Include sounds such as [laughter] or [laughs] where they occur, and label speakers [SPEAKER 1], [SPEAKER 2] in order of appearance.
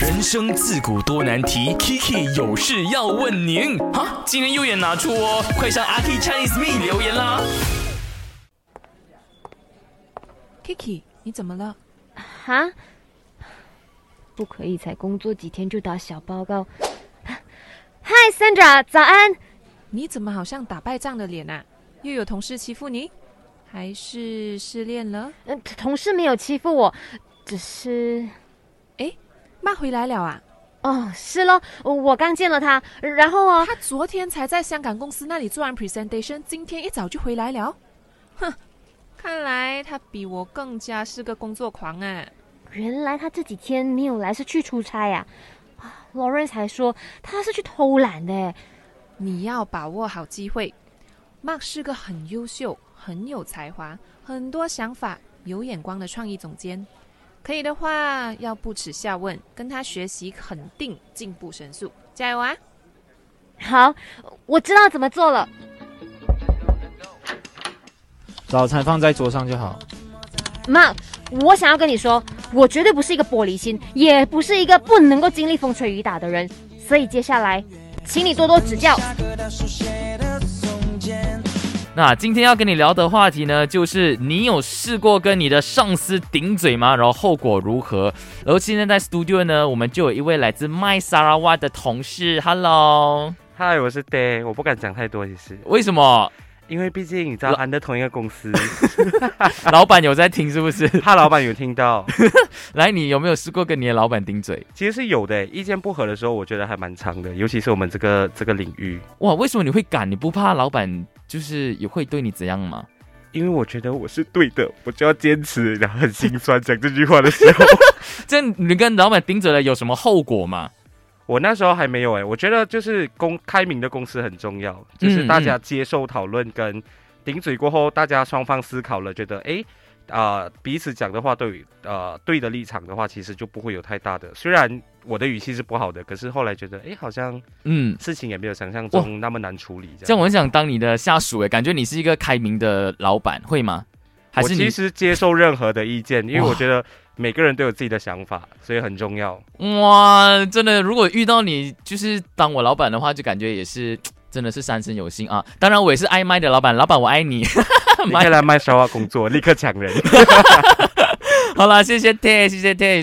[SPEAKER 1] 人生自古多难题，Kiki 有事要问您。哈，今天右眼拿出哦，快上阿 K Chinese Me 留言啦。
[SPEAKER 2] Kiki，你怎么了？
[SPEAKER 3] 哈，啊不可以才工作几天就打小报告。嗨，Sandra，早安。
[SPEAKER 2] 你怎么好像打败仗的脸啊？又有同事欺负你，还是失恋了？
[SPEAKER 3] 嗯，同事没有欺负我，只是……
[SPEAKER 2] 诶，骂回来了啊！
[SPEAKER 3] 哦，是喽，我刚见了他，然后哦，
[SPEAKER 2] 他昨天才在香港公司那里做完 presentation，今天一早就回来了。哼，看来他比我更加是个工作狂啊！
[SPEAKER 3] 原来他这几天没有来是去出差呀、啊。啊，Lawrence 还说他是去偷懒的诶。
[SPEAKER 2] 你要把握好机会。Mark 是个很优秀、很有才华、很多想法、有眼光的创意总监。可以的话，要不耻下问，跟他学习，肯定进步神速。加油啊！
[SPEAKER 3] 好，我知道怎么做了。
[SPEAKER 4] 早餐放在桌上就好。
[SPEAKER 3] Mark，我想要跟你说，我绝对不是一个玻璃心，也不是一个不能够经历风吹雨打的人，所以接下来，请你多多指教。
[SPEAKER 5] 那今天要跟你聊的话题呢，就是你有试过跟你的上司顶嘴吗？然后后果如何？然后现在在 studio 呢，我们就有一位来自麦萨拉瓦的同事，Hello，
[SPEAKER 6] 嗨，我是 Day，我不敢讲太多，其实，
[SPEAKER 5] 为什么？
[SPEAKER 6] 因为毕竟你知道，
[SPEAKER 5] 老
[SPEAKER 6] 安的同一个公司，
[SPEAKER 5] 老板有在听是不
[SPEAKER 1] [laughs]
[SPEAKER 5] 是？
[SPEAKER 6] 怕老板有听到，
[SPEAKER 5] 来，你有没有试过跟你的老板顶嘴？
[SPEAKER 6] 其实是有的。意见不合的时候，我觉得还蛮长的，尤其是我们这个这个领域，
[SPEAKER 5] 哇，为什么你会敢？你不怕老板就是也会对你怎样吗？
[SPEAKER 6] 因为我觉得我是对的，我就要坚持。然后很心酸，讲这句话的时候，
[SPEAKER 5] 这样你跟老板顶嘴了有什么后果吗？
[SPEAKER 6] 我那时候还没有哎、我觉得就是公开明的公司很重要，就是大
[SPEAKER 5] 嗯
[SPEAKER 6] 家接受讨论跟顶嘴过后，大家双方思考了，觉得诶啊、彼此讲的话都有呃对的立场的话，其实就不会有太大的。虽然我的语气是不好的，可是后来觉得诶好像
[SPEAKER 5] 嗯，
[SPEAKER 6] 事情也没有想象中那么难处理。这
[SPEAKER 5] 这
[SPEAKER 6] 样
[SPEAKER 5] 样我很想当你的下属欸诶，感觉你是一个开明的老板，会吗？还
[SPEAKER 6] 我
[SPEAKER 5] 是
[SPEAKER 6] 其
[SPEAKER 5] 你
[SPEAKER 6] 实接受任何的意见，因为
[SPEAKER 5] 哇
[SPEAKER 6] 我觉得每个人都有自己的想法，所以很
[SPEAKER 5] [laughs]
[SPEAKER 6] 重要。
[SPEAKER 5] 哇，真的，如果遇到你就是当我老板的话，就感觉也是真的是三生有幸啊。当然，我也是爱麦的老板，老板我爱你。 [laughs]
[SPEAKER 6] 你可以来麦沙瓦工作，立刻抢人。
[SPEAKER 5] 好啦，谢谢 T，谢谢 T。